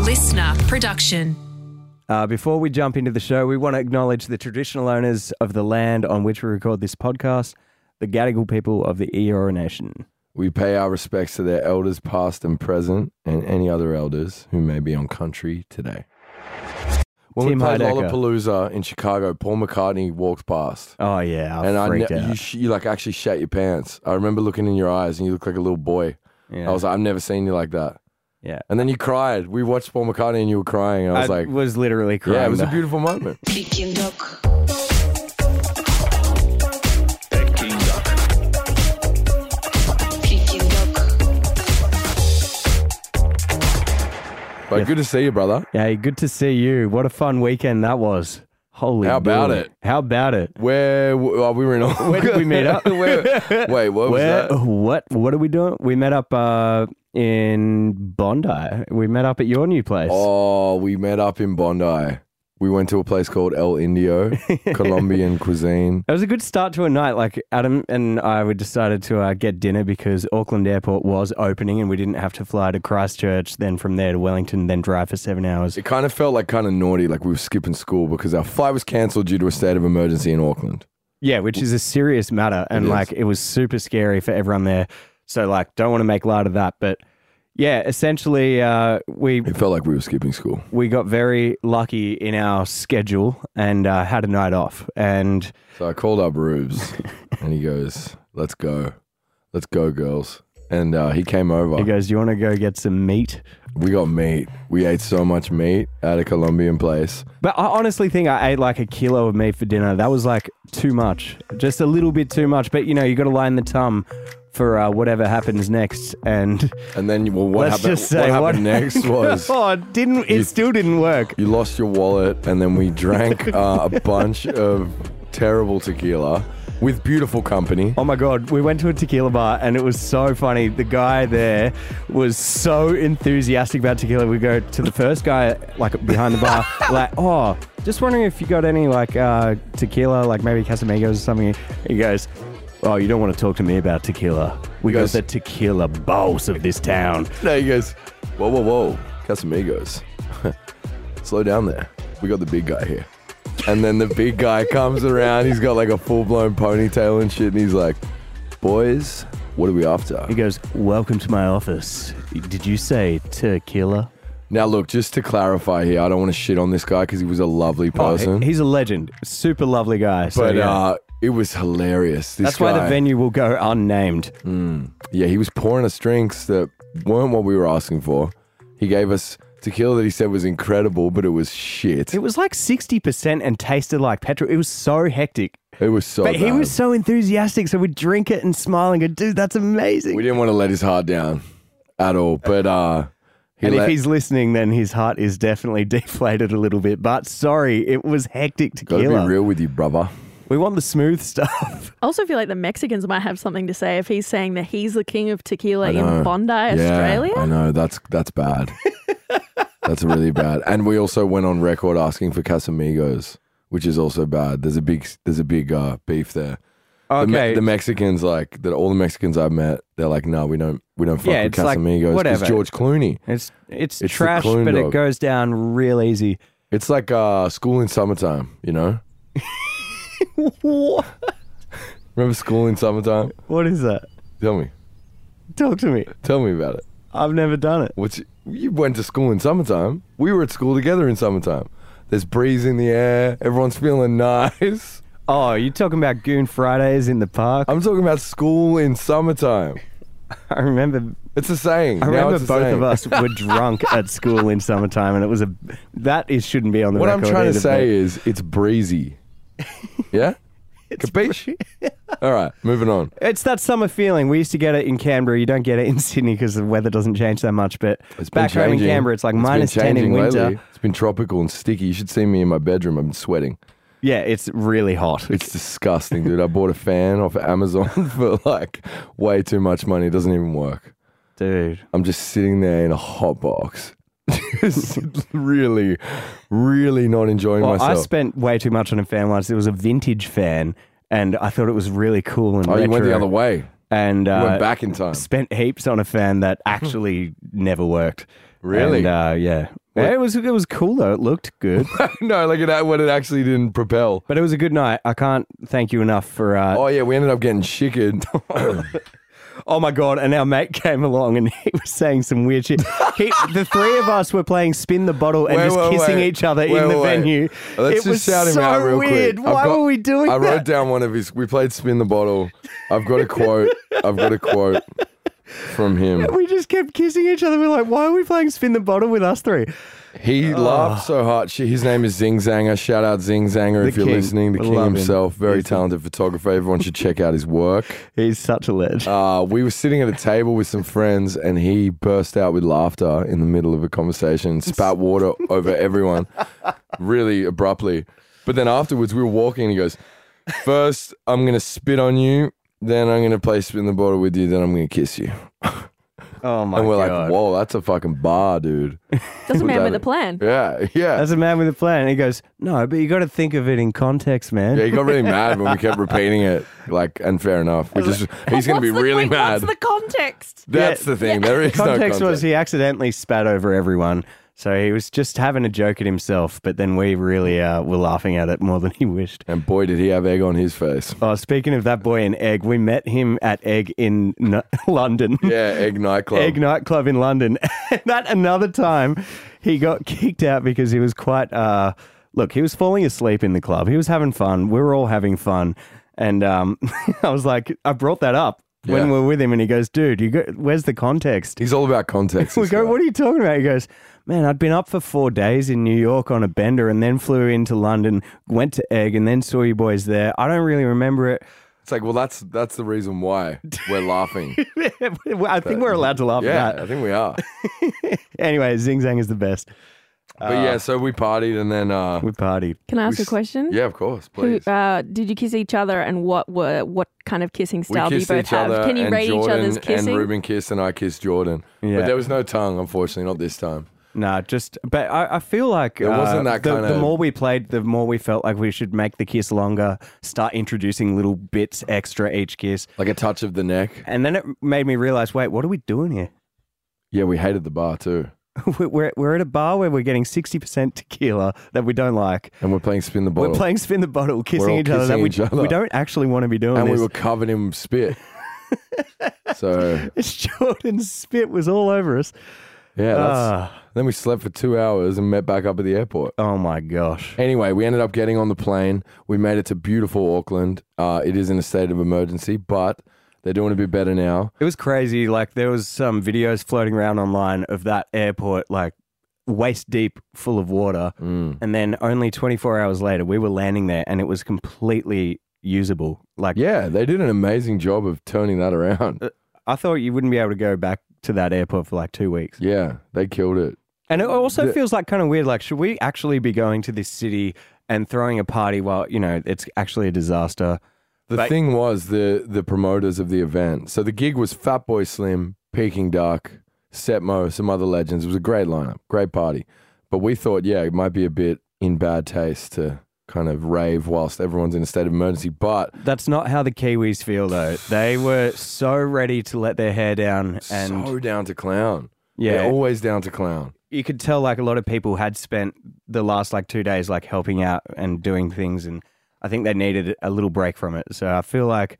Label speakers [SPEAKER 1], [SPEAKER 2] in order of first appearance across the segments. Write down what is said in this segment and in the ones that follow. [SPEAKER 1] listener production.
[SPEAKER 2] Uh, before we jump into the show, we want to acknowledge the traditional owners of the land on which we record this podcast, the Gadigal people of the Eora Nation.
[SPEAKER 3] We pay our respects to their elders, past and present, and any other elders who may be on country today. When
[SPEAKER 2] Tim
[SPEAKER 3] we played
[SPEAKER 2] Heidecker.
[SPEAKER 3] Lollapalooza in Chicago, Paul McCartney walked past,
[SPEAKER 2] Oh yeah, I
[SPEAKER 3] and I
[SPEAKER 2] freaked
[SPEAKER 3] ne-
[SPEAKER 2] out.
[SPEAKER 3] you, sh- you like actually shat your pants. I remember looking in your eyes, and you looked like a little boy.
[SPEAKER 2] yeah.
[SPEAKER 3] I was like, I've never seen you like that.
[SPEAKER 2] Yeah.
[SPEAKER 3] And then you cried. We watched Paul McCartney, and you were crying. And I was like,
[SPEAKER 2] was literally crying.
[SPEAKER 3] yeah, it was a
[SPEAKER 2] though.
[SPEAKER 3] beautiful moment.
[SPEAKER 4] Peking duck. Peking duck.
[SPEAKER 3] But good to see you, brother.
[SPEAKER 2] Hey, good to see you. What a fun weekend that was. Holy.
[SPEAKER 3] How about
[SPEAKER 2] moly.
[SPEAKER 3] it?
[SPEAKER 2] How about it?
[SPEAKER 3] Where w- oh, we were in? Where
[SPEAKER 2] did we meet up?
[SPEAKER 3] Where, wait, what was
[SPEAKER 2] Where?
[SPEAKER 3] that?
[SPEAKER 2] What? What are we doing? We met up uh, in Bondi. We met up at your new place.
[SPEAKER 3] Oh, we met up in Bondi. We went to a place called El Indio, Colombian cuisine.
[SPEAKER 2] It was a good start to a night. Like Adam and I, we decided to uh, get dinner because Auckland Airport was opening, and we didn't have to fly to Christchurch, then from there to Wellington, then drive for seven hours.
[SPEAKER 3] It kind of felt like kind of naughty, like we were skipping school because our flight was cancelled due to a state of emergency in Auckland.
[SPEAKER 2] Yeah, which is a serious matter, and
[SPEAKER 3] is.
[SPEAKER 2] like it was super scary for everyone there. So like, don't want to make light of that, but yeah, essentially, uh, we
[SPEAKER 3] It felt like we were skipping school.
[SPEAKER 2] we got very lucky in our schedule and uh, had a night off, and
[SPEAKER 3] So I called up Rubes and he goes, Let's go. Let's go, girls. And uh, he came over.
[SPEAKER 2] he goes, "Do you want to go get some meat?"
[SPEAKER 3] we got meat. We ate so much meat at a Colombian place.
[SPEAKER 2] But I honestly think I ate like a kilo of meat for dinner. That was like too much, just a little bit too much. But you know, you got to line the tum for uh, whatever happens next. And
[SPEAKER 3] And then, well, what
[SPEAKER 2] let's
[SPEAKER 3] happened,
[SPEAKER 2] just say
[SPEAKER 3] what happened next was.
[SPEAKER 2] oh, it didn't it
[SPEAKER 3] You-
[SPEAKER 2] still didn't work?
[SPEAKER 3] You lost your wallet, and then we drank uh, a bunch of terrible tequila with beautiful company.
[SPEAKER 2] Oh my god, we went to a tequila bar and it was so funny. The guy there was so enthusiastic about tequila. We go to the first guy like behind the bar, like, oh, just wondering if you got any like uh, tequila, like maybe Casamigos or something. He goes, oh, you don't want to talk to me about tequila. We got
[SPEAKER 3] Goes-
[SPEAKER 2] the tequila boss of this town.
[SPEAKER 3] Now he goes, Whoa, whoa, whoa, Casamigos. Slow down there. We got the big guy here. And then the big guy comes around. He's got like a full blown ponytail and shit, and he's like, Boys, what are we after?
[SPEAKER 2] He goes, welcome to my office. Did you say tequila?
[SPEAKER 3] Now, look, just to clarify here, I don't want to shit on this guy because Oh, he was a lovely person.
[SPEAKER 2] He's a legend, super lovely guy. So,
[SPEAKER 3] but
[SPEAKER 2] yeah.
[SPEAKER 3] uh, it was hilarious. This
[SPEAKER 2] that's why the
[SPEAKER 3] guy-
[SPEAKER 2] venue will go unnamed.
[SPEAKER 3] Yeah, he was pouring us drinks that weren't what we were asking for. He gave us tequila that he said was incredible, but it was shit.
[SPEAKER 2] It was like 60% and tasted like petrol. It was so hectic.
[SPEAKER 3] It was so
[SPEAKER 2] but he
[SPEAKER 3] bad.
[SPEAKER 2] was so enthusiastic. So we'd drink it and smile and go, dude, that's amazing.
[SPEAKER 3] we didn't want to let his heart down at all. But uh he
[SPEAKER 2] and if
[SPEAKER 3] let-
[SPEAKER 2] he's listening, then his heart is definitely deflated a little bit. But sorry, it was hectic
[SPEAKER 3] gotta
[SPEAKER 2] tequila.
[SPEAKER 3] be real with you, brother.
[SPEAKER 2] We want the smooth stuff.
[SPEAKER 5] I also feel like the Mexicans might have something to say if he's saying that he's the king of tequila
[SPEAKER 3] know.
[SPEAKER 5] in Bondi,
[SPEAKER 3] Yeah, I
[SPEAKER 5] Australia.
[SPEAKER 3] know, that's that's bad. that's really bad. And we also went on record asking for Casamigos, which is also bad. There's a big there's a big uh, beef there. The, Me- the Mexicans, like that, all the Mexicans I've met, they're like, no, we don't, we don't fuck
[SPEAKER 2] Yeah,
[SPEAKER 3] with
[SPEAKER 2] it's like,
[SPEAKER 3] Casamigos.
[SPEAKER 2] whatever.
[SPEAKER 3] George Clooney.
[SPEAKER 2] it's, it's,
[SPEAKER 3] It's the
[SPEAKER 2] trash,
[SPEAKER 3] clone
[SPEAKER 2] but it
[SPEAKER 3] dog.
[SPEAKER 2] goes down real easy.
[SPEAKER 3] It's like uh, school in summertime. You know,
[SPEAKER 2] What?
[SPEAKER 3] remember school in summertime?
[SPEAKER 2] What is that?
[SPEAKER 3] Tell me,
[SPEAKER 2] Talk to me.
[SPEAKER 3] tell me about it.
[SPEAKER 2] I've never done it.
[SPEAKER 3] What's you went to school in summertime? We were at school together in summertime. There's breeze in the air. Everyone's feeling nice.
[SPEAKER 2] Oh, you're talking about Goon Fridays in the park?
[SPEAKER 3] I'm talking about school in summertime. Oh.
[SPEAKER 2] I remember
[SPEAKER 3] It's a saying.
[SPEAKER 2] I
[SPEAKER 3] Now
[SPEAKER 2] remember
[SPEAKER 3] it's a
[SPEAKER 2] both
[SPEAKER 3] saying.
[SPEAKER 2] of us were drunk at school in summertime, and it was a that is shouldn't be on the
[SPEAKER 3] What I'm
[SPEAKER 2] record.
[SPEAKER 3] trying to
[SPEAKER 2] either,
[SPEAKER 3] say is, it's breezy. Yeah. Capiche? All right, moving on.
[SPEAKER 2] but it's that summer feeling. We used to get it in Canberra. You don't get it in Sydney because the weather doesn't change that much. But
[SPEAKER 3] It's been
[SPEAKER 2] back home in
[SPEAKER 3] changing.
[SPEAKER 2] Canberra, it's like
[SPEAKER 3] been
[SPEAKER 2] minus ten in
[SPEAKER 3] changing
[SPEAKER 2] winter.
[SPEAKER 3] lately. It's been tropical and sticky. You should see me in my bedroom. I'm sweating.
[SPEAKER 2] Yeah, it's really hot.
[SPEAKER 3] It's disgusting, dude. I bought a fan off Amazon for like way too much money. It doesn't even work.
[SPEAKER 2] dude.
[SPEAKER 3] I'm just sitting there in a hot box. Just really, really not enjoying
[SPEAKER 2] Well, I
[SPEAKER 3] myself.
[SPEAKER 2] spent way too much on a fan once. It was a vintage fan, and I thought it was really cool and
[SPEAKER 3] oh, you went the
[SPEAKER 2] retro,
[SPEAKER 3] other way. You
[SPEAKER 2] And uh,
[SPEAKER 3] went back in time.
[SPEAKER 2] Spent heaps on a fan that actually never worked.
[SPEAKER 3] Really?
[SPEAKER 2] And, uh, yeah. Yeah, it was it was cool though. It looked good,
[SPEAKER 3] no, like it, when it actually didn't propel.
[SPEAKER 2] but it was a good night. I can't thank you enough for. Uh,
[SPEAKER 3] Oh yeah, we ended up getting chickened.
[SPEAKER 2] Oh my god! And our mate came along and he was saying some weird shit. He, the three of us were playing spin the bottle and
[SPEAKER 3] Wait,
[SPEAKER 2] just
[SPEAKER 3] wait,
[SPEAKER 2] kissing
[SPEAKER 3] wait.
[SPEAKER 2] each other
[SPEAKER 3] Wait,
[SPEAKER 2] in the
[SPEAKER 3] wait, wait.
[SPEAKER 2] venue.
[SPEAKER 3] Let's
[SPEAKER 2] it
[SPEAKER 3] just
[SPEAKER 2] was
[SPEAKER 3] shout him
[SPEAKER 2] so
[SPEAKER 3] out real
[SPEAKER 2] weird.
[SPEAKER 3] quick. I've
[SPEAKER 2] Why
[SPEAKER 3] got-
[SPEAKER 2] were we doing
[SPEAKER 3] I
[SPEAKER 2] that?
[SPEAKER 3] wrote down one of his. We played spin the bottle. I've got a quote. I've got a quote from him.
[SPEAKER 2] We just kept kissing each other. We're like, why are we playing spin the bottle with us three?
[SPEAKER 3] He
[SPEAKER 2] Oh.
[SPEAKER 3] laughed so hard. She, his name is Zing Zanger. Shout out Zing Zanger
[SPEAKER 2] The
[SPEAKER 3] if you're
[SPEAKER 2] king.
[SPEAKER 3] listening. The
[SPEAKER 2] We
[SPEAKER 3] king
[SPEAKER 2] love him.
[SPEAKER 3] himself, very
[SPEAKER 2] He's the-
[SPEAKER 3] talented photographer. Everyone should check out his work.
[SPEAKER 2] He's such a legend.
[SPEAKER 3] Uh, we were sitting at a table with some friends, and he burst out with laughter in the middle of a conversation, spat water over everyone, really abruptly. But then afterwards, we were walking, and he goes, First, I'm going to spit on you. Then I'm going to play spin the bottle with you. Then I'm going to kiss you.
[SPEAKER 2] oh my
[SPEAKER 3] And we're
[SPEAKER 2] god!
[SPEAKER 3] like, Whoa, that's a fucking bar, dude.
[SPEAKER 5] Doesn't man with
[SPEAKER 3] that-
[SPEAKER 5] a plan.
[SPEAKER 3] Yeah, yeah.
[SPEAKER 2] That's a man with a plan. And he goes, no, but you got to think of it in context, man.
[SPEAKER 3] Yeah, he got really mad when we kept repeating it. Like, and fair enough. We just, he's going to be
[SPEAKER 5] What's the-
[SPEAKER 3] really
[SPEAKER 5] wait,
[SPEAKER 3] mad.
[SPEAKER 5] What's the context?
[SPEAKER 3] That's the thing. There is no
[SPEAKER 2] context
[SPEAKER 3] context.
[SPEAKER 2] was he accidentally spat over everyone. So he was just having a joke at himself, but then we really uh, were laughing at it more than he wished.
[SPEAKER 3] and boy, did he have egg on his face.
[SPEAKER 2] Oh, speaking of that boy in Egg, we met him at Egg in N- London.
[SPEAKER 3] Yeah, egg nightclub.
[SPEAKER 2] Egg nightclub in London. And at another time, he got kicked out because he was quite. Uh, look, he was falling asleep in the club. He was having fun. We were all having fun, and um, I was like, I brought that up when
[SPEAKER 3] Yeah.
[SPEAKER 2] we were with him, and he goes, "Dude, you go, where's the context?"
[SPEAKER 3] he's all about context.
[SPEAKER 2] We
[SPEAKER 3] this
[SPEAKER 2] go,
[SPEAKER 3] guy.
[SPEAKER 2] "What are you talking about?" He goes. Man, I'd been up for four days in New York on a bender and then flew into London, went to Egg and then saw you boys there. I don't really remember it.
[SPEAKER 3] it's like, well, that's that's the reason why we're laughing.
[SPEAKER 2] I think we're allowed to laugh
[SPEAKER 3] yeah,
[SPEAKER 2] at
[SPEAKER 3] I think we are.
[SPEAKER 2] that. Anyway, Zing Zang is the best.
[SPEAKER 3] But yeah, so we partied and then, uh,
[SPEAKER 2] Uh, We partied.
[SPEAKER 5] Can I ask
[SPEAKER 3] We
[SPEAKER 5] a
[SPEAKER 3] s-
[SPEAKER 5] question?
[SPEAKER 3] yeah, of course,
[SPEAKER 5] Who,
[SPEAKER 3] please.
[SPEAKER 5] uh, did you kiss each other, and what were what kind of kissing
[SPEAKER 3] we
[SPEAKER 5] style do you
[SPEAKER 3] kissed
[SPEAKER 5] both
[SPEAKER 3] each
[SPEAKER 5] have?
[SPEAKER 3] other
[SPEAKER 5] Can you
[SPEAKER 3] and
[SPEAKER 5] rate
[SPEAKER 3] Jordan
[SPEAKER 5] each other's kissing?
[SPEAKER 3] and Ruben kissed and I kissed Jordan.
[SPEAKER 2] Yeah.
[SPEAKER 3] But there was no tongue, unfortunately, not this time.
[SPEAKER 2] Nah, just but I, I feel like uh,
[SPEAKER 3] It wasn't that
[SPEAKER 2] the,
[SPEAKER 3] kinda-
[SPEAKER 2] the more we played, the more we felt like we should make the kiss longer, start introducing little bits extra each kiss,
[SPEAKER 3] Like a touch of the neck.
[SPEAKER 2] and then it made me realize, wait, what are we doing here?
[SPEAKER 3] Yeah, we hated the bar too.
[SPEAKER 2] We're- we're we're at a bar where we're getting sixty percent tequila that we don't like.
[SPEAKER 3] And we're playing spin the bottle.
[SPEAKER 2] We're playing spin the bottle, kissing
[SPEAKER 3] all
[SPEAKER 2] each other that
[SPEAKER 3] kissing
[SPEAKER 2] we,
[SPEAKER 3] each other.
[SPEAKER 2] we don't actually want to be doing
[SPEAKER 3] and
[SPEAKER 2] this.
[SPEAKER 3] we were covered in spit. so
[SPEAKER 2] Jordan's spit was all over us.
[SPEAKER 3] yeah, that's,
[SPEAKER 2] Ah.
[SPEAKER 3] then we slept for two hours and met back up at the airport.
[SPEAKER 2] Oh my gosh.
[SPEAKER 3] Anyway, we ended up getting on the plane. We made it to beautiful Auckland. Uh, it is in a state of emergency, but they're doing a bit better now.
[SPEAKER 2] It was crazy. Like there was some videos floating around online of that airport, like waist deep, full of water,
[SPEAKER 3] Mm.
[SPEAKER 2] and then only 24 hours later, we were landing there, and it was completely usable. Like
[SPEAKER 3] Yeah, they did an amazing job of turning that around.
[SPEAKER 2] I thought you wouldn't be able to go back to that airport for like two weeks.
[SPEAKER 3] Yeah, they killed it.
[SPEAKER 2] And it also
[SPEAKER 3] The-
[SPEAKER 2] feels like kind of weird. Like, should we actually be going to this city and throwing a party while you know it's actually a disaster?
[SPEAKER 3] The
[SPEAKER 2] But-
[SPEAKER 3] thing was the the promoters of the event. So the gig was Fat Boy Slim, Peking Duck, Setmo, some other legends. It was a great lineup, great party. But we thought, yeah, it might be a bit in bad taste to kind of rave whilst everyone's in a state of emergency. But
[SPEAKER 2] That's not how the Kiwis feel, though. They were so ready to let their hair down and
[SPEAKER 3] so down to clown.
[SPEAKER 2] yeah,
[SPEAKER 3] They're always down to clown.
[SPEAKER 2] you could tell like a lot of people had spent the last like two days like helping out and doing things and i think they needed a little break from it so i feel like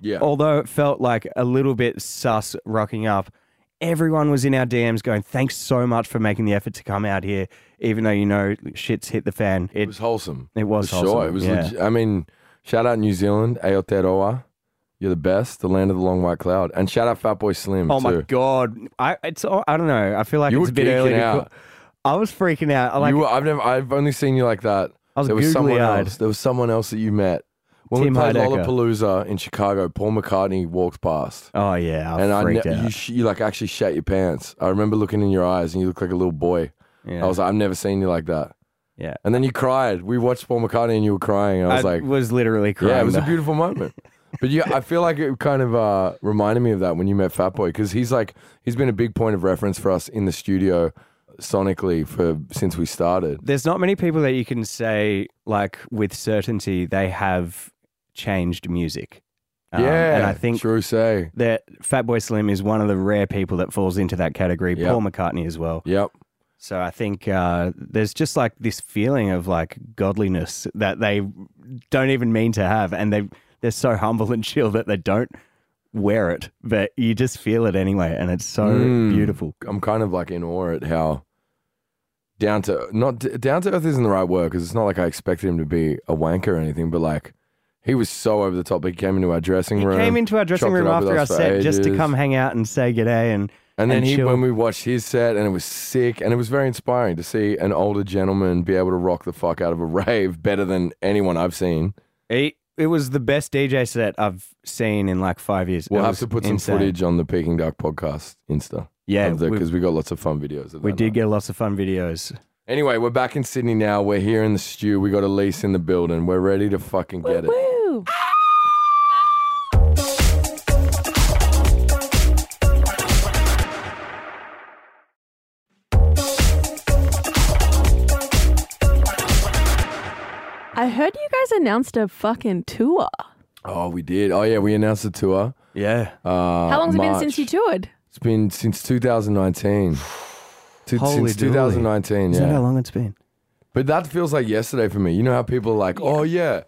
[SPEAKER 3] Yeah.
[SPEAKER 2] although it felt like a little bit sus rocking up everyone was in our dms going thanks so much for making the effort to come out here even though you know shit's hit the fan
[SPEAKER 3] it
[SPEAKER 2] it,
[SPEAKER 3] was wholesome.
[SPEAKER 2] it was
[SPEAKER 3] For
[SPEAKER 2] wholesome,
[SPEAKER 3] sure. It was
[SPEAKER 2] yeah.
[SPEAKER 3] legi- I mean, shout out New Zealand, Aotearoa. You're the best, the land of the long white cloud. And shout out Fat Boy Slim.
[SPEAKER 2] oh my
[SPEAKER 3] too.
[SPEAKER 2] god i it's i don't know i feel like
[SPEAKER 3] You
[SPEAKER 2] it's
[SPEAKER 3] were
[SPEAKER 2] a bit early
[SPEAKER 3] geeking
[SPEAKER 2] to
[SPEAKER 3] out.
[SPEAKER 2] call- i was freaking out I like
[SPEAKER 3] you were, I've never. I've only seen you like that.
[SPEAKER 2] I was
[SPEAKER 3] there was someone
[SPEAKER 2] googly-eyed.
[SPEAKER 3] else. There was someone else that you met when
[SPEAKER 2] Tim
[SPEAKER 3] we played
[SPEAKER 2] Heidecker.
[SPEAKER 3] Lollapalooza in Chicago. Paul McCartney walked past,
[SPEAKER 2] oh yeah i
[SPEAKER 3] and I
[SPEAKER 2] freaked
[SPEAKER 3] ne-
[SPEAKER 2] out
[SPEAKER 3] you, sh- you like actually shat your pants. I remember looking in your eyes, and you looked like a little boy.
[SPEAKER 2] yeah.
[SPEAKER 3] I was like, I've never seen you like that.
[SPEAKER 2] Yeah.
[SPEAKER 3] And then you cried. We watched Paul McCartney, and you were crying. I was like,
[SPEAKER 2] was literally crying
[SPEAKER 3] yeah, it was a
[SPEAKER 2] the-
[SPEAKER 3] beautiful moment. But yeah, I feel like it kind of uh, reminded me of that when you met Fat Boy because he's like he's been a big point of reference for us in the studio, sonically for since we started.
[SPEAKER 2] there's not many people that you can say like with certainty they have changed music. Um,
[SPEAKER 3] yeah,
[SPEAKER 2] and I think
[SPEAKER 3] true say.
[SPEAKER 2] that Fatboy Slim is one of the rare people that falls into that category.
[SPEAKER 3] Yep.
[SPEAKER 2] Paul McCartney as well.
[SPEAKER 3] Yep.
[SPEAKER 2] So I think uh, there's just like this feeling of like godliness that they don't even mean to have, and they they're so humble and chill that they don't wear it, but you just feel it anyway, and it's so
[SPEAKER 3] Mm.
[SPEAKER 2] beautiful.
[SPEAKER 3] I'm kind of like in awe at how down to not down to earth isn't the right word because it's not like I expected him to be a wanker or anything, but like he was so over the top. He came into our dressing
[SPEAKER 2] He
[SPEAKER 3] room,
[SPEAKER 2] came into our dressing
[SPEAKER 3] chopped it
[SPEAKER 2] room
[SPEAKER 3] up with
[SPEAKER 2] after our
[SPEAKER 3] us for
[SPEAKER 2] set just to
[SPEAKER 3] ages.
[SPEAKER 2] come hang out and say g'day and
[SPEAKER 3] and then
[SPEAKER 2] and
[SPEAKER 3] he,
[SPEAKER 2] chill.
[SPEAKER 3] when we watched his set, and it was sick, and it was very inspiring to see an older gentleman be able to rock the fuck out of a rave better than anyone I've seen.
[SPEAKER 2] It, it was the best DJ set I've seen in like five years.
[SPEAKER 3] We'll
[SPEAKER 2] It
[SPEAKER 3] have
[SPEAKER 2] was
[SPEAKER 3] to put some
[SPEAKER 2] insane.
[SPEAKER 3] footage on the Peking Duck podcast Insta.
[SPEAKER 2] Yeah, we-
[SPEAKER 3] because we, got lots of fun videos. Of
[SPEAKER 2] We
[SPEAKER 3] that
[SPEAKER 2] did
[SPEAKER 3] night.
[SPEAKER 2] get lots of fun videos.
[SPEAKER 3] Anyway, we're back in Sydney now. We're here in the stew. We got a lease in the building. We're ready to fucking get it.
[SPEAKER 5] Woo! I heard you guys announced a fucking tour.
[SPEAKER 3] Oh, we did. Oh yeah, we announced the tour.
[SPEAKER 2] Yeah.
[SPEAKER 3] Uh, How
[SPEAKER 5] How long's it been since you toured?
[SPEAKER 3] It's been since 2019. To-
[SPEAKER 2] Holy
[SPEAKER 3] since
[SPEAKER 2] dooly.
[SPEAKER 3] 2019,
[SPEAKER 2] Is that how
[SPEAKER 3] yeah.
[SPEAKER 2] long it's been?
[SPEAKER 3] But that feels like yesterday for me. You know how people are like, oh yeah,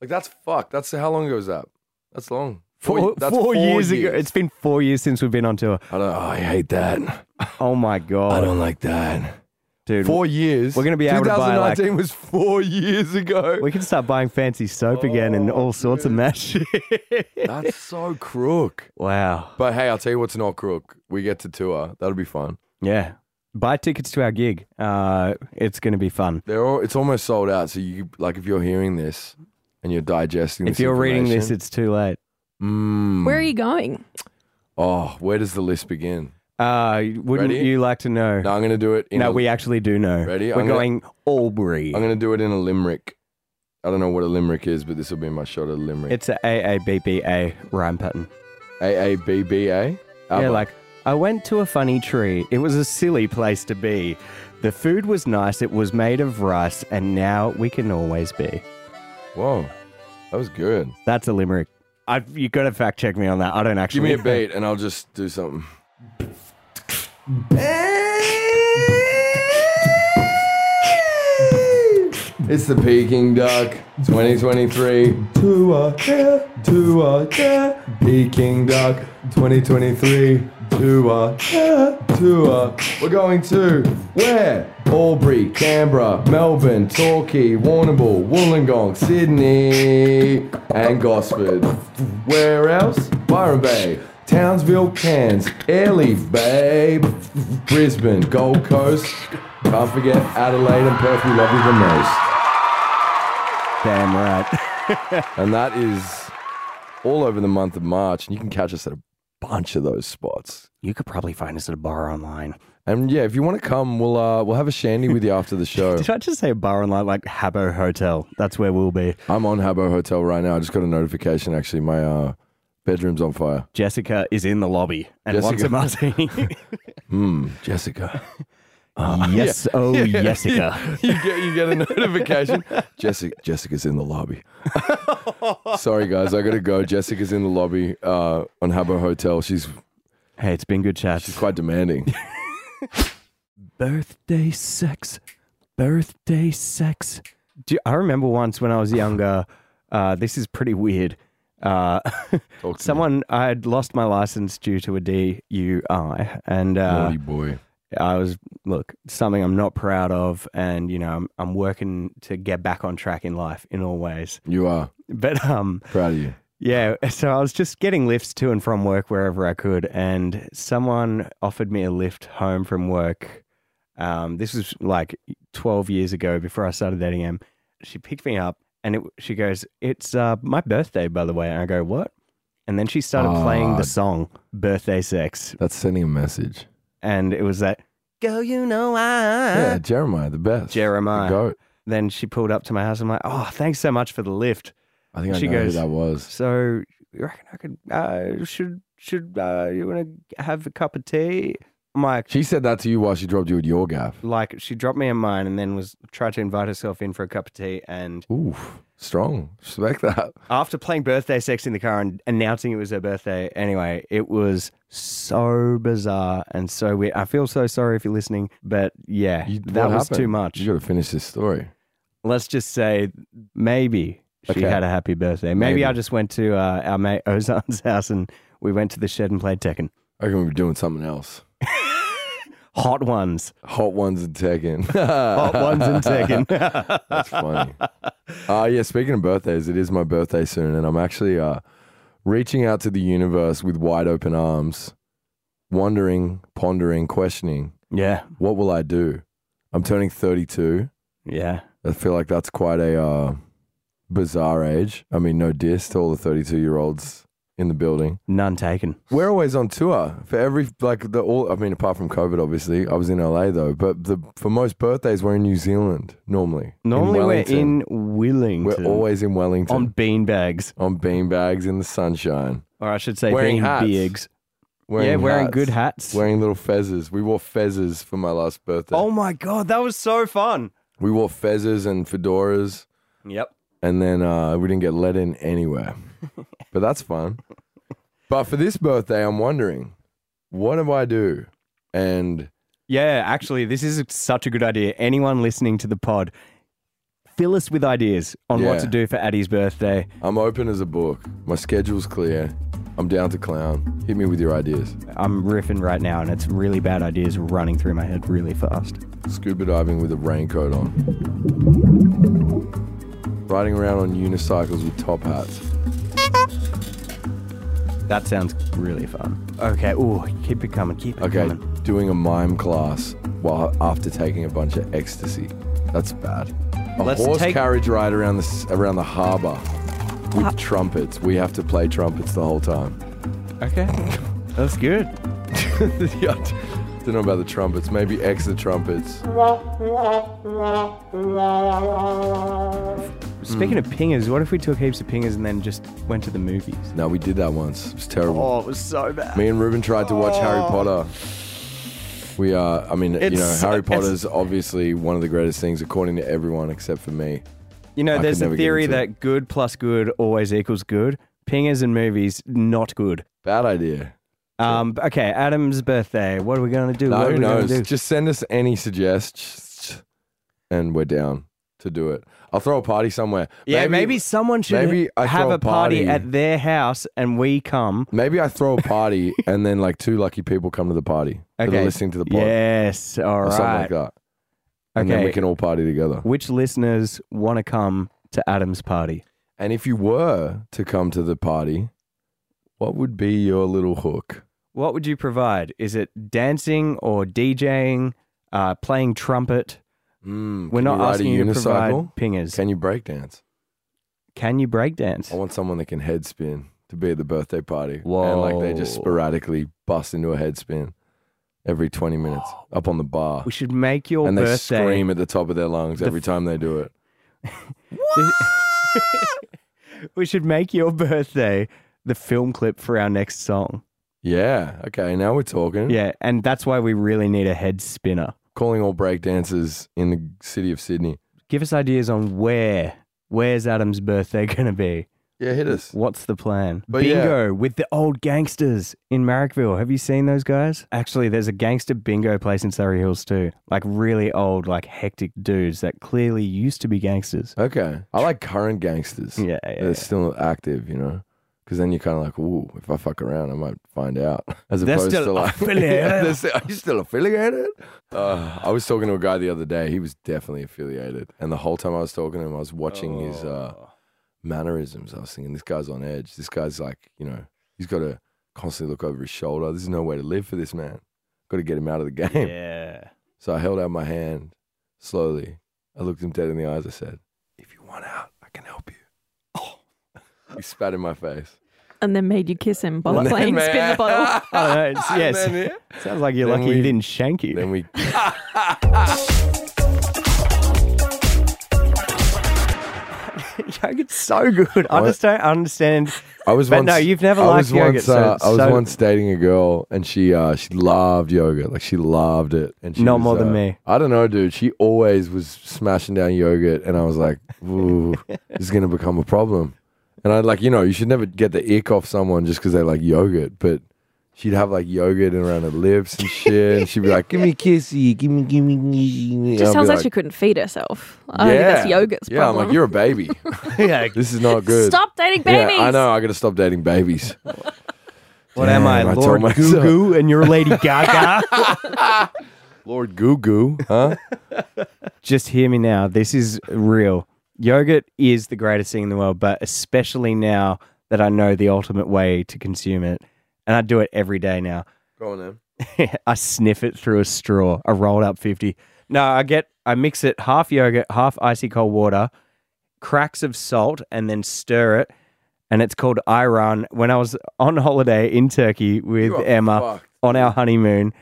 [SPEAKER 3] like that's fuck. That's how long ago is that? That's long. that's
[SPEAKER 2] years, ago. It's been four years since we've been on tour.
[SPEAKER 3] I don't. oh, I hate that.
[SPEAKER 2] Oh my
[SPEAKER 3] I
[SPEAKER 2] god,
[SPEAKER 3] don't like that.
[SPEAKER 2] dude!
[SPEAKER 3] Four years.
[SPEAKER 2] we're gonna be able to buy, like-
[SPEAKER 3] 2019 was four years ago.
[SPEAKER 2] we can start buying fancy soap again and
[SPEAKER 3] Oh,
[SPEAKER 2] all sorts of mad shit.
[SPEAKER 3] That's so crook.
[SPEAKER 2] wow.
[SPEAKER 3] But hey, I'll tell you what's not crook. We get to tour. That'll be fun.
[SPEAKER 2] Yeah. Buy tickets to our gig. Uh, it's going to be fun.
[SPEAKER 3] They're all, it's almost sold out. So you like if you're hearing this and you're digesting.
[SPEAKER 2] If
[SPEAKER 3] this
[SPEAKER 2] you're reading this,
[SPEAKER 3] information-
[SPEAKER 2] it's too late.
[SPEAKER 3] mm,
[SPEAKER 5] Where are you going?
[SPEAKER 3] oh, where does the list begin?
[SPEAKER 2] Uh, wouldn't
[SPEAKER 3] Ready?
[SPEAKER 2] you like to know?
[SPEAKER 3] No, I'm gonna do it. In
[SPEAKER 2] No,
[SPEAKER 3] a,
[SPEAKER 2] we actually do know.
[SPEAKER 3] Ready?
[SPEAKER 2] We're
[SPEAKER 3] I'm gonna-
[SPEAKER 2] going Albury.
[SPEAKER 3] I'm gonna do it in a limerick. I don't know what a limerick is, but this will be my shot at a limerick.
[SPEAKER 2] It's a AABBA rhyme pattern.
[SPEAKER 3] A A B B A.
[SPEAKER 2] Yeah, like I went to a funny tree. It was a silly place to be. The food was nice. It was made of rice, and now we can always be.
[SPEAKER 3] whoa, that was good.
[SPEAKER 2] That's a limerick. I, you got to fact check me on that. I don't
[SPEAKER 3] Give
[SPEAKER 2] actually.
[SPEAKER 3] me a beat and I'll just do something. It's the Peking Duck 2023. Tua, yeah, Tua, yeah. Peking Duck 2023. Tua, yeah, Tua. We're going to where? Albury, Canberra, Melbourne, Torquay, Warrnambool, Wollongong, Sydney, and Gosford. Where else? Byron Bay, Townsville, Cairns, Airleaf Bay, Brisbane, Gold Coast. Can't forget Adelaide and Perth. We love you the most.
[SPEAKER 2] Damn right.
[SPEAKER 3] And that is all over the month of March. And you can catch us at a bunch of those spots.
[SPEAKER 2] You could probably find us at a bar online.
[SPEAKER 3] And yeah, if you want to come, we'll uh, we'll have a shandy with you after the show.
[SPEAKER 2] Did I just say a bar online? Like Habbo Hotel. That's where we'll be.
[SPEAKER 3] I'm on Habbo Hotel right now. I just got a notification actually. My uh, bedroom's on fire.
[SPEAKER 2] Jessica is in the lobby and wants a
[SPEAKER 3] Jessica.
[SPEAKER 2] martini.
[SPEAKER 3] Hmm, Jessica.
[SPEAKER 2] yes, oh, Jessica.
[SPEAKER 3] you get you get a notification. Jessica Jessica's in the lobby. Sorry guys, I gotta go. Jessica's in the lobby uh, on Habbo Hotel. She's
[SPEAKER 2] Hey, it's been good chat.
[SPEAKER 3] she's quite demanding.
[SPEAKER 2] birthday sex, birthday sex. Do you- I remember once when I was younger. Uh, this is pretty weird. Uh,
[SPEAKER 3] Talk to
[SPEAKER 2] someone I had lost my license due to a DUI, and
[SPEAKER 3] me.
[SPEAKER 2] uh,
[SPEAKER 3] Naughty boy.
[SPEAKER 2] I was look something I'm not proud of, and you know I'm I'm working to get back on track in life in all ways.
[SPEAKER 3] You are
[SPEAKER 2] But um,
[SPEAKER 3] proud of you.
[SPEAKER 2] yeah, so I was just getting lifts to and from work wherever I could, and someone offered me a lift home from work. Um, this was like 12 years ago before I started dating him. She picked me up and it, she goes, It's uh, my birthday, by the way. And I go, What? And then she started playing
[SPEAKER 3] Ah.
[SPEAKER 2] the song Birthday Sex,
[SPEAKER 3] That's sending a message.
[SPEAKER 2] and it was that, Go, you know, I.
[SPEAKER 3] Yeah, Jeremiah, the best.
[SPEAKER 2] Uh, Jeremiah.
[SPEAKER 3] The goat.
[SPEAKER 2] Then she pulled up to my house. I'm like, Oh, thanks so much for the lift.
[SPEAKER 3] I think I
[SPEAKER 2] She
[SPEAKER 3] know
[SPEAKER 2] goes-
[SPEAKER 3] who that was.
[SPEAKER 2] So you reckon I could uh, should should uh, you want to have a cup of tea? my
[SPEAKER 3] She said that to you while she dropped you at your gaff.
[SPEAKER 2] like she dropped me a mine and then was tried to invite herself in for a cup of tea and
[SPEAKER 3] Oof, strong. Respect that.
[SPEAKER 2] after playing birthday sex in the car and announcing it was her birthday anyway it was so bizarre and so weird i feel so sorry if you're listening but yeah
[SPEAKER 3] You-
[SPEAKER 2] that
[SPEAKER 3] what
[SPEAKER 2] was
[SPEAKER 3] happened?
[SPEAKER 2] too much
[SPEAKER 3] You got to finish this story.
[SPEAKER 2] let's just say maybe she
[SPEAKER 3] Okay.
[SPEAKER 2] had a happy birthday maybe,
[SPEAKER 3] Maybe.
[SPEAKER 2] i just went to uh, our mate ozan's house and we went to the shed and played tekken
[SPEAKER 3] I reckon we were doing something else.
[SPEAKER 2] hot ones
[SPEAKER 3] Hot ones and Tekken.
[SPEAKER 2] hot ones and tekken
[SPEAKER 3] That's funny. Uh, yeah, speaking of birthdays, it is my birthday soon, and I'm actually uh, reaching out to the universe with wide open arms, wondering, pondering, questioning
[SPEAKER 2] yeah
[SPEAKER 3] what will I do? I'm turning 32.
[SPEAKER 2] yeah
[SPEAKER 3] I feel like that's quite a uh, bizarre age. I mean, no diss to all the 32 year olds in the building.
[SPEAKER 2] none taken
[SPEAKER 3] We're always on tour for every like the all. I mean, apart from COVID, obviously, I was in LA though. But the for most birthdays, we're in New Zealand normally. In
[SPEAKER 2] normally we're
[SPEAKER 3] Wellington.
[SPEAKER 2] in willington
[SPEAKER 3] We're always in Wellington
[SPEAKER 2] on
[SPEAKER 3] on,
[SPEAKER 2] beanbags,
[SPEAKER 3] beanbags in the sunshine,
[SPEAKER 2] or I should say,
[SPEAKER 3] Wearing
[SPEAKER 2] bean
[SPEAKER 3] hats.
[SPEAKER 2] beags. yeah, wearing
[SPEAKER 3] hats,
[SPEAKER 2] good hats.
[SPEAKER 3] wearing little fezzes. We wore fezzes for my last birthday.
[SPEAKER 2] oh my god, that was so fun.
[SPEAKER 3] We wore fezzes and fedoras,
[SPEAKER 2] Yep.
[SPEAKER 3] and then uh, we didn't get let in anywhere. but that's fun. But for this birthday, I'm wondering, what do I do? And
[SPEAKER 2] Yeah, actually, this is such a good idea. Anyone listening to the pod, fill us with ideas on what
[SPEAKER 3] Yeah.
[SPEAKER 2] to do for Addie's birthday.
[SPEAKER 3] I'm open as a book. My schedule's clear. I'm down to clown. Hit me with your ideas.
[SPEAKER 2] I'm riffing right now, and it's really bad ideas running through my head really fast.
[SPEAKER 3] Scuba diving with a raincoat on. Riding around on unicycles with top hats.
[SPEAKER 2] That sounds really fun. Okay. Ooh, keep it coming. Keep it
[SPEAKER 3] Okay,
[SPEAKER 2] coming.
[SPEAKER 3] doing a mime class while after taking a bunch of ecstasy. That's bad. A
[SPEAKER 2] Let's
[SPEAKER 3] horse
[SPEAKER 2] take-
[SPEAKER 3] carriage ride around the s- around the harbour with trumpets. We have to play trumpets the whole time.
[SPEAKER 2] Okay. That's good.
[SPEAKER 3] Yeah, I don't know about the trumpets. Maybe X the trumpets. Hmm.
[SPEAKER 2] Speaking of pingers, what if we took heaps of pingers and then just went to the movies?
[SPEAKER 3] No, we did that once. It was terrible.
[SPEAKER 2] Oh, it was so bad.
[SPEAKER 3] Me and Ruben tried to watch Harry Potter. We are, I mean, you
[SPEAKER 2] It's
[SPEAKER 3] know,
[SPEAKER 2] so-
[SPEAKER 3] Harry
[SPEAKER 2] it's-
[SPEAKER 3] Potter's obviously one of the greatest things, according to everyone except for me.
[SPEAKER 2] You know,
[SPEAKER 3] I
[SPEAKER 2] there's
[SPEAKER 3] could
[SPEAKER 2] the
[SPEAKER 3] never get
[SPEAKER 2] theory
[SPEAKER 3] into it.
[SPEAKER 2] that good plus good always equals good. Pingers and movies, not good.
[SPEAKER 3] Bad idea.
[SPEAKER 2] Um, b- okay, Adam's birthday. What are we going to do?
[SPEAKER 3] No,
[SPEAKER 2] what are
[SPEAKER 3] who
[SPEAKER 2] we gonna
[SPEAKER 3] knows?
[SPEAKER 2] do?
[SPEAKER 3] Just send us any suggestions, and we're down to do it. I'll throw a party somewhere.
[SPEAKER 2] yeah, maybe, someone should
[SPEAKER 3] maybe I
[SPEAKER 2] have
[SPEAKER 3] throw
[SPEAKER 2] a
[SPEAKER 3] a
[SPEAKER 2] party,
[SPEAKER 3] party.
[SPEAKER 2] at their house and we come.
[SPEAKER 3] maybe I throw a party, and then like two lucky people come to the party that
[SPEAKER 2] Okay.
[SPEAKER 3] are listening to the pod
[SPEAKER 2] Yes, all
[SPEAKER 3] or
[SPEAKER 2] right.
[SPEAKER 3] something like that, and then
[SPEAKER 2] Okay,
[SPEAKER 3] we can all party together.
[SPEAKER 2] which listeners want to come to Adam's party?
[SPEAKER 3] And if you were to come to the party, what would be your little hook?
[SPEAKER 2] What would you provide? Is it dancing or DJing, uh, playing trumpet?
[SPEAKER 3] Mm,
[SPEAKER 2] We're
[SPEAKER 3] can
[SPEAKER 2] not
[SPEAKER 3] you ride a
[SPEAKER 2] asking you to provide
[SPEAKER 3] unicycle?
[SPEAKER 2] pingers. Can,
[SPEAKER 3] Can Oh, you breakdance?
[SPEAKER 2] you breakdance?
[SPEAKER 3] I want someone that can head spin to be at the birthday party. And like they just
[SPEAKER 2] Whoa.
[SPEAKER 3] sporadically bust into a head spin every 20 minutes up on the bar.
[SPEAKER 2] We should make your
[SPEAKER 3] And they
[SPEAKER 2] birthday.
[SPEAKER 3] scream at the top of their lungs every time they do it.
[SPEAKER 2] we should make your birthday the film clip for our next song.
[SPEAKER 3] Yeah. Okay. Now we're talking.
[SPEAKER 2] Yeah, and that's why we really need a head spinner.
[SPEAKER 3] Calling all breakdancers in the city of Sydney.
[SPEAKER 2] Give us ideas on where. Where's Adam's birthday going to be?
[SPEAKER 3] Yeah. Hit us.
[SPEAKER 2] What's the plan?
[SPEAKER 3] But yeah.
[SPEAKER 2] bingo with the old gangsters in Marrickville. Have you seen those guys? Actually, there's a gangster bingo place in Surrey Hills too. Like really old, like hectic dudes that clearly used to be gangsters.
[SPEAKER 3] Okay. I like current gangsters.
[SPEAKER 2] Yeah, yeah,
[SPEAKER 3] They're still active, you know? Because then you're kind of like, ooh, if I fuck around, I might find out. As
[SPEAKER 2] They're
[SPEAKER 3] opposed
[SPEAKER 2] still
[SPEAKER 3] to like,
[SPEAKER 2] affiliated.
[SPEAKER 3] Yeah, they're still- are you still affiliated? Uh, I was talking to a guy the other day. He was definitely affiliated. And the whole time I was talking to him, I was watching his uh,
[SPEAKER 2] Oh.
[SPEAKER 3] mannerisms. I was thinking, this guy's on edge. This guy's like, you know, he's got to constantly look over his shoulder. There's no way to live for this man. Got to get him out of the game.
[SPEAKER 2] Yeah.
[SPEAKER 3] So I held out my hand slowly. I looked him dead in the eyes. I said, If you want out, I can help you. He spat in my face.
[SPEAKER 5] And then made you kiss him by
[SPEAKER 3] And then,
[SPEAKER 5] playing spin the
[SPEAKER 3] man-
[SPEAKER 5] bottle.
[SPEAKER 2] Oh, no, it's-
[SPEAKER 3] And
[SPEAKER 2] yes.
[SPEAKER 3] Then,
[SPEAKER 2] Sounds like you're
[SPEAKER 3] Then
[SPEAKER 2] lucky you
[SPEAKER 3] we-
[SPEAKER 2] didn't shank you.
[SPEAKER 3] then we.
[SPEAKER 2] yogurt's so good. I just don't understand.
[SPEAKER 3] I was
[SPEAKER 2] But
[SPEAKER 3] once,
[SPEAKER 2] no, you've never
[SPEAKER 3] I
[SPEAKER 2] liked
[SPEAKER 3] was
[SPEAKER 2] yogurt,
[SPEAKER 3] Once,
[SPEAKER 2] so
[SPEAKER 3] uh,
[SPEAKER 2] it's
[SPEAKER 3] I was
[SPEAKER 2] so-
[SPEAKER 3] once dating a girl, and she uh, she loved yogurt. Like she loved it, and she
[SPEAKER 2] Not
[SPEAKER 3] was,
[SPEAKER 2] more than
[SPEAKER 3] uh,
[SPEAKER 2] me.
[SPEAKER 3] I don't know, dude. She always was smashing down yogurt, and I was like, "Ooh, this is gonna become a problem." And I'd like, you know, you should never get the ick off someone just because they like yogurt, but. She'd have like yogurt around her lips and shit. And she'd be like, "Give me a kissy, give me, give me." Give me. I'd
[SPEAKER 5] Just
[SPEAKER 3] be
[SPEAKER 5] sounds like,
[SPEAKER 3] like,
[SPEAKER 5] she couldn't feed herself.
[SPEAKER 2] oh,
[SPEAKER 5] I think that's yogurt's
[SPEAKER 3] yeah.
[SPEAKER 5] problem.
[SPEAKER 3] I'm like, you're a baby.
[SPEAKER 2] yeah,
[SPEAKER 3] This is not good.
[SPEAKER 5] Stop dating
[SPEAKER 3] Yeah,
[SPEAKER 5] babies.
[SPEAKER 3] I know. I got to stop dating babies.
[SPEAKER 2] what am I,
[SPEAKER 3] Damn, I told
[SPEAKER 2] Lord
[SPEAKER 3] myself.
[SPEAKER 2] Goo Goo, and you're Lady Gaga?
[SPEAKER 3] Lord Goo Goo, huh?
[SPEAKER 2] just hear me now. This is real. Yogurt is the greatest thing in the world, but especially now that I know the ultimate way to consume it, and I do it every day now.
[SPEAKER 3] Go on, then.
[SPEAKER 2] I sniff it through a straw, a rolled up 50. No, I get, I mix it half yogurt, half icy cold water, cracks of salt, and then stir it. And it's called Iran. When I was on holiday in Turkey with
[SPEAKER 3] You are
[SPEAKER 2] Emma
[SPEAKER 3] fucked.
[SPEAKER 2] on our honeymoon,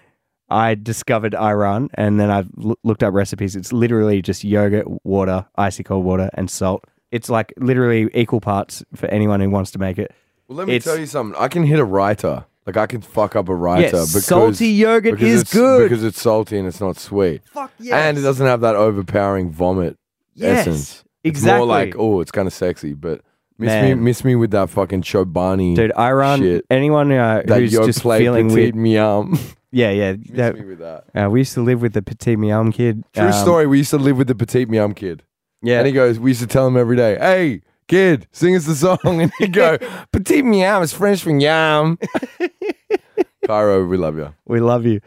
[SPEAKER 2] I discovered Iran and then I've l- looked up recipes. It's literally just yogurt, water, icy cold water, and salt. It's like literally equal parts for anyone who wants to make it.
[SPEAKER 3] Well, let me
[SPEAKER 2] It's-
[SPEAKER 3] tell you something. I can hit a writer. Like I can fuck up a writer.
[SPEAKER 2] Yes,
[SPEAKER 3] because,
[SPEAKER 2] salty yogurt
[SPEAKER 3] because
[SPEAKER 2] is
[SPEAKER 3] it's-
[SPEAKER 2] good.
[SPEAKER 3] because it's salty and it's not sweet,
[SPEAKER 2] Fuck
[SPEAKER 3] and it doesn't have that overpowering vomit essence.
[SPEAKER 2] Exactly.
[SPEAKER 3] It's more like oh, it's kind of sexy, but miss me,
[SPEAKER 2] Man.
[SPEAKER 3] miss me with that fucking Chobani.
[SPEAKER 2] Dude, Iran,
[SPEAKER 3] Shit.
[SPEAKER 2] anyone uh,
[SPEAKER 3] that
[SPEAKER 2] who's
[SPEAKER 3] your
[SPEAKER 2] just
[SPEAKER 3] plate
[SPEAKER 2] feeling weird.
[SPEAKER 3] petite miam.
[SPEAKER 2] Yeah, yeah.
[SPEAKER 3] miss
[SPEAKER 2] that-
[SPEAKER 3] me with that.
[SPEAKER 2] uh, we used to live with the Petit Miam kid.
[SPEAKER 3] True
[SPEAKER 2] um,
[SPEAKER 3] story. We used to live with the petite miam kid.
[SPEAKER 2] Yeah.
[SPEAKER 3] And he goes, we used to tell him every day, hey, kid, sing us the song. And he'd go, Petit Miam is French for yam. Cairo, we love you.
[SPEAKER 2] we love you.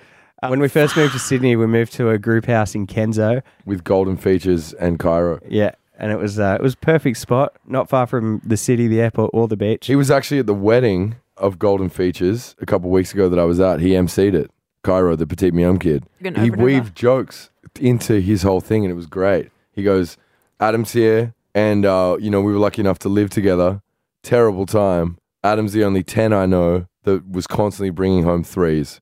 [SPEAKER 2] Uh, when we first moved to Sydney, we moved to a group house in Kenzo.
[SPEAKER 3] With golden features and Cairo.
[SPEAKER 2] Yeah. And it was uh, it was a perfect spot, not far from the city, the airport, or the beach.
[SPEAKER 3] He was actually at the wedding of Golden Features a couple weeks ago that I was at. He emceed it. Cairo, the Petit Miam kid.
[SPEAKER 5] You're gonna
[SPEAKER 3] He
[SPEAKER 5] open it
[SPEAKER 3] weaved jokes into his whole thing and it was great. He goes, Adam's here. And, uh, you know, we were lucky enough to live together. Terrible time. Adam's the only 10 I know that was constantly bringing home threes.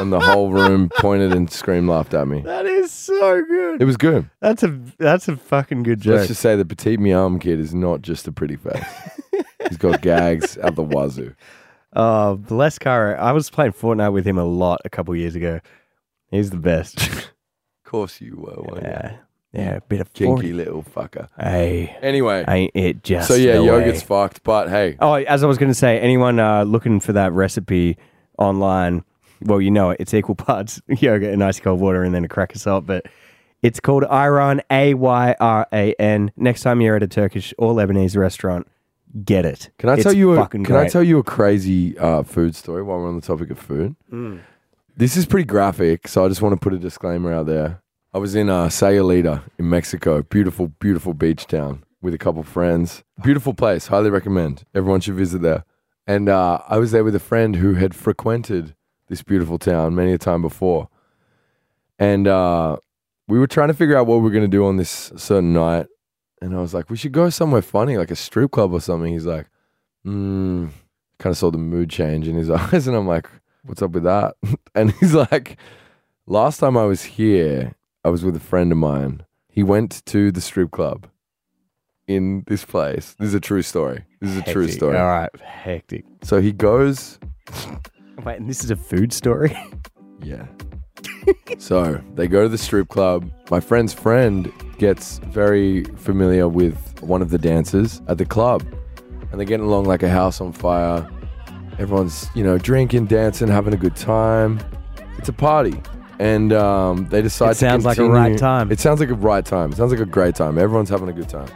[SPEAKER 3] and the whole room pointed and screamed, laughed at me.
[SPEAKER 2] That is so good.
[SPEAKER 3] It was good.
[SPEAKER 2] That's a that's a fucking good
[SPEAKER 3] Let's
[SPEAKER 2] joke.
[SPEAKER 3] just say the Petit Miam kid is not just a pretty face. He's got gags at the wazoo.
[SPEAKER 2] Oh, bless Cairo. I was playing Fortnite with him a lot a couple years ago. He's the best.
[SPEAKER 3] Of course you were. weren't you?
[SPEAKER 2] yeah. Yeah, a bit of
[SPEAKER 3] Kinky
[SPEAKER 2] 40.
[SPEAKER 3] little fucker.
[SPEAKER 2] Hey,
[SPEAKER 3] Anyway,
[SPEAKER 2] ain't it just
[SPEAKER 3] so yeah,
[SPEAKER 2] the
[SPEAKER 3] yogurt's
[SPEAKER 2] way.
[SPEAKER 3] fucked, but hey,
[SPEAKER 2] Oh, as I was going to say, anyone uh, looking for that recipe online, well, you know it. It's equal parts yogurt and ice cold water, and then a crack of salt. But it's called Iran, A Y R A N. Next time you're at a Turkish or Lebanese restaurant, get it.
[SPEAKER 3] can I
[SPEAKER 2] It's
[SPEAKER 3] tell you? A,
[SPEAKER 2] fucking
[SPEAKER 3] can I
[SPEAKER 2] great.
[SPEAKER 3] tell you a crazy uh, food story while we're on the topic of food?
[SPEAKER 2] Mm.
[SPEAKER 3] This is pretty graphic, so I just want to put a disclaimer out there. I was in uh, Sayulita in Mexico, beautiful, beautiful beach town with a couple friends. Beautiful place, highly recommend. Everyone should visit there. And uh, I was there with a friend who had frequented this beautiful town many a time before. And uh, we were trying to figure out what we were going to do on this certain night. And I was like, we should go somewhere funny, like a strip club or something. He's like, mm, kind of saw the mood change in his eyes. And I'm like, what's up with that? And he's like, last time I was here, I was with a friend of mine. He went to the strip club in this place. This is a true story. This is a true
[SPEAKER 2] Hectic.
[SPEAKER 3] story.
[SPEAKER 2] All right, hectic.
[SPEAKER 3] So he goes
[SPEAKER 2] Wait, and this is a food story.
[SPEAKER 3] Yeah. so they go to the strip club. My friend's friend gets very familiar with one of the dancers at the club. And they're getting along like a house on fire. Everyone's, you know, drinking, dancing, having a good time. It's a party. And um, they decide
[SPEAKER 2] It
[SPEAKER 3] to
[SPEAKER 2] sounds like a
[SPEAKER 3] continue-
[SPEAKER 2] right time.
[SPEAKER 3] It sounds like a right time. It sounds like a great time. Everyone's having a good time.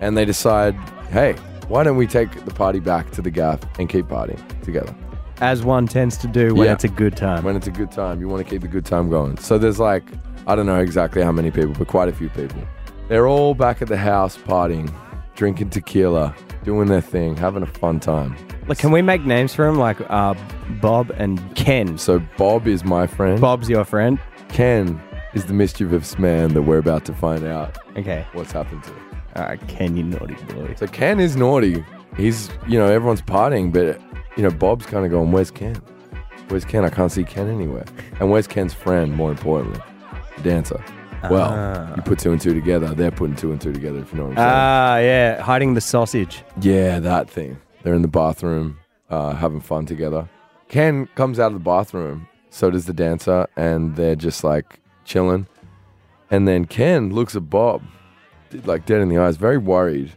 [SPEAKER 3] And they decide, hey, why don't we take the party back to the gaff and keep partying together?
[SPEAKER 2] As one tends to do when
[SPEAKER 3] Yeah.
[SPEAKER 2] it's a good time.
[SPEAKER 3] When it's a good time, you want to keep the good time going. So there's like, I don't know exactly how many people, but quite a few people. They're all back at the house partying, drinking tequila, doing their thing, having a fun time.
[SPEAKER 2] Like, can we make names for him? Like uh, Bob and Ken.
[SPEAKER 3] So Bob is my friend.
[SPEAKER 2] Bob's your friend.
[SPEAKER 3] Ken is the mischievous man that we're about to find out
[SPEAKER 2] Okay.
[SPEAKER 3] what's happened to. him.
[SPEAKER 2] All right, Ken, you naughty boy.
[SPEAKER 3] So Ken is naughty. He's, you know, everyone's partying, but, you know, Bob's kind of going, where's Ken? Where's Ken? I can't see Ken anywhere. And where's Ken's friend, more importantly? The dancer. Well,
[SPEAKER 2] Uh-huh.
[SPEAKER 3] you put two and two together. They're putting two and two together, if you know what I'm saying.
[SPEAKER 2] Ah, yeah, hiding the sausage.
[SPEAKER 3] Yeah, that thing. They're in the bathroom, uh, having fun together. Ken comes out of the bathroom, so does the dancer, and they're just like chilling. And then Ken looks at Bob, like dead in the eyes, very worried.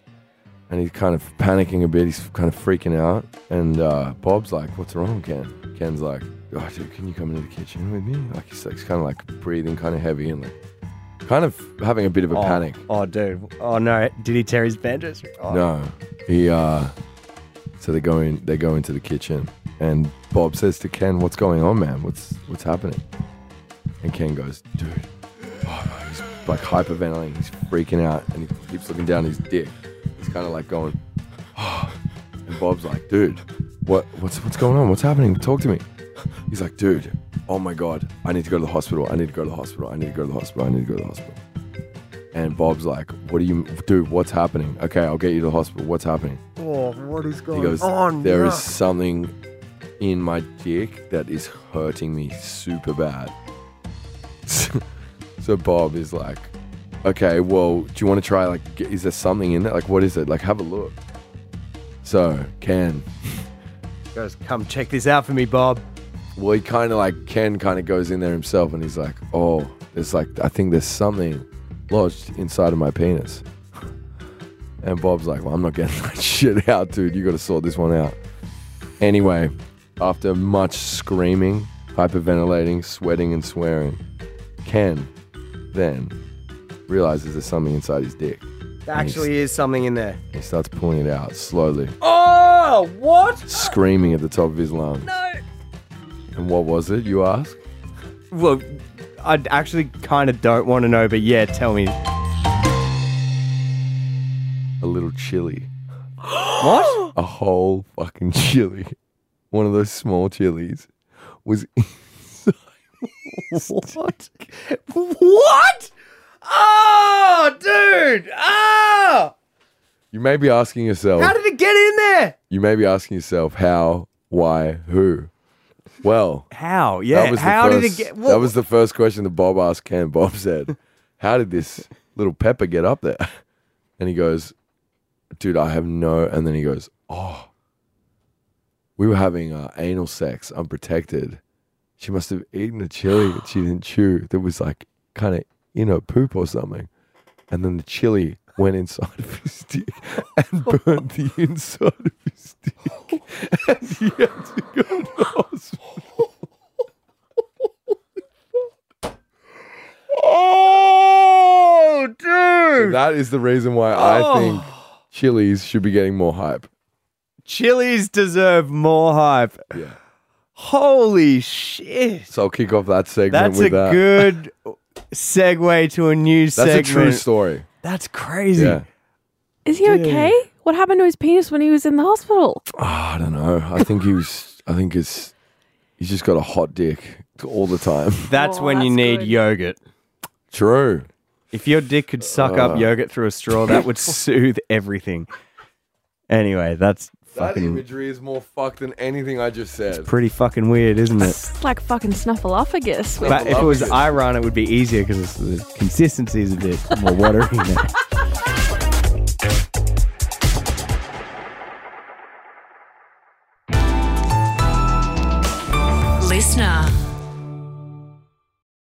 [SPEAKER 3] And he's kind of panicking a bit. He's kind of freaking out. And uh, Bob's like, What's wrong, Ken? Ken's like, Oh, dude, can you come into the kitchen with me? Like, he's, like, he's kind of like breathing kind of heavy and like kind of having a bit of a
[SPEAKER 2] Oh,
[SPEAKER 3] panic.
[SPEAKER 2] Oh, dude. Oh no, did he tear his bandages? Oh.
[SPEAKER 3] No, he. uh So they go in. They go into the kitchen, and Bob says to Ken, "What's going on, man? What's what's happening?" And Ken goes, "Dude, oh, he's like hyperventilating. He's freaking out, and he keeps looking down his dick. He's kind of like going, oh. and Bob's like, "Dude, what what's what's going on? What's happening? Talk to me." He's like, "Dude, oh my god, I need to go to the hospital. I need to go to the hospital. I need to go to the hospital. I need to go to the hospital." And Bob's like, "What do you, dude? What's happening? Okay, I'll get you to the hospital. What's happening?"
[SPEAKER 2] Oh, what is going
[SPEAKER 3] He goes, "There is something in my dick that is hurting me super bad." so Bob is like, "Okay, well, do you want to try? Like, get, is there something in there? Like, what is it? Like, have a look." So Ken,
[SPEAKER 2] goes, come check this out for me, Bob.
[SPEAKER 3] well, he kind of like Ken kind of goes in there himself, and he's like, "Oh, it's like I think there's something lodged inside of my penis." And Bob's like, "Well, I'm not getting that shit out, dude. You got to sort this one out." Anyway, after much screaming, hyperventilating, sweating, and swearing, Ken then realizes there's something inside his dick.
[SPEAKER 2] There actually is something in there.
[SPEAKER 3] He starts pulling it out slowly,
[SPEAKER 2] Oh, what?
[SPEAKER 3] screaming at the top of his lungs. No. And what was it? You ask.
[SPEAKER 2] Well, I actually kind of don't want to know, but yeah, tell me.
[SPEAKER 3] A little chili.
[SPEAKER 2] What?
[SPEAKER 3] a whole fucking chili, one of those small chilies, was
[SPEAKER 2] what? What? Oh, dude. Oh,
[SPEAKER 3] you may be asking yourself
[SPEAKER 2] how did it get in there?
[SPEAKER 3] you may be asking yourself how, why, who. Well,
[SPEAKER 2] How? Yeah.
[SPEAKER 3] that was
[SPEAKER 2] how
[SPEAKER 3] the
[SPEAKER 2] did
[SPEAKER 3] first,
[SPEAKER 2] it get?
[SPEAKER 3] that was the first question that Bob asked Ken. Bob said, How did this little pepper get up there? And he goes, Dude, I have no and then he goes, Oh. We were having uh, anal sex unprotected. She must have eaten a chili that she didn't chew that was like kind of in her poop or something. And then the chili went inside of his dick and burnt the inside of his dick. And he had to go to the hospital.
[SPEAKER 2] Oh,
[SPEAKER 3] So
[SPEAKER 2] dude. Oh.
[SPEAKER 3] that is the reason why I think Chili's should be getting more hype.
[SPEAKER 2] Chili's deserve more hype.
[SPEAKER 3] Yeah.
[SPEAKER 2] Holy shit.
[SPEAKER 3] So I'll kick off that segment
[SPEAKER 2] That's
[SPEAKER 3] with
[SPEAKER 2] a
[SPEAKER 3] that.
[SPEAKER 2] good segue to a new
[SPEAKER 3] That's
[SPEAKER 2] segment.
[SPEAKER 3] a true story.
[SPEAKER 2] That's crazy.
[SPEAKER 3] Yeah.
[SPEAKER 5] Is he okay? What happened to his penis when he was in the hospital?
[SPEAKER 3] Oh, I don't know. I think he was. I think it's. He's just got a hot dick all the time.
[SPEAKER 2] That's
[SPEAKER 5] Oh,
[SPEAKER 2] when you
[SPEAKER 5] that's
[SPEAKER 2] need
[SPEAKER 5] good.
[SPEAKER 2] yogurt.
[SPEAKER 3] True.
[SPEAKER 2] If your dick could suck
[SPEAKER 3] Uh.
[SPEAKER 2] up yogurt through a straw, that would soothe everything. Anyway, that's fucking
[SPEAKER 3] imagery is more fucked than anything I just said.
[SPEAKER 2] pretty fucking weird, isn't it?
[SPEAKER 5] It's like fucking snuffleupagus. with-
[SPEAKER 2] But if it was iron, it would be easier because the consistency is a bit more watery. now.
[SPEAKER 1] Listener.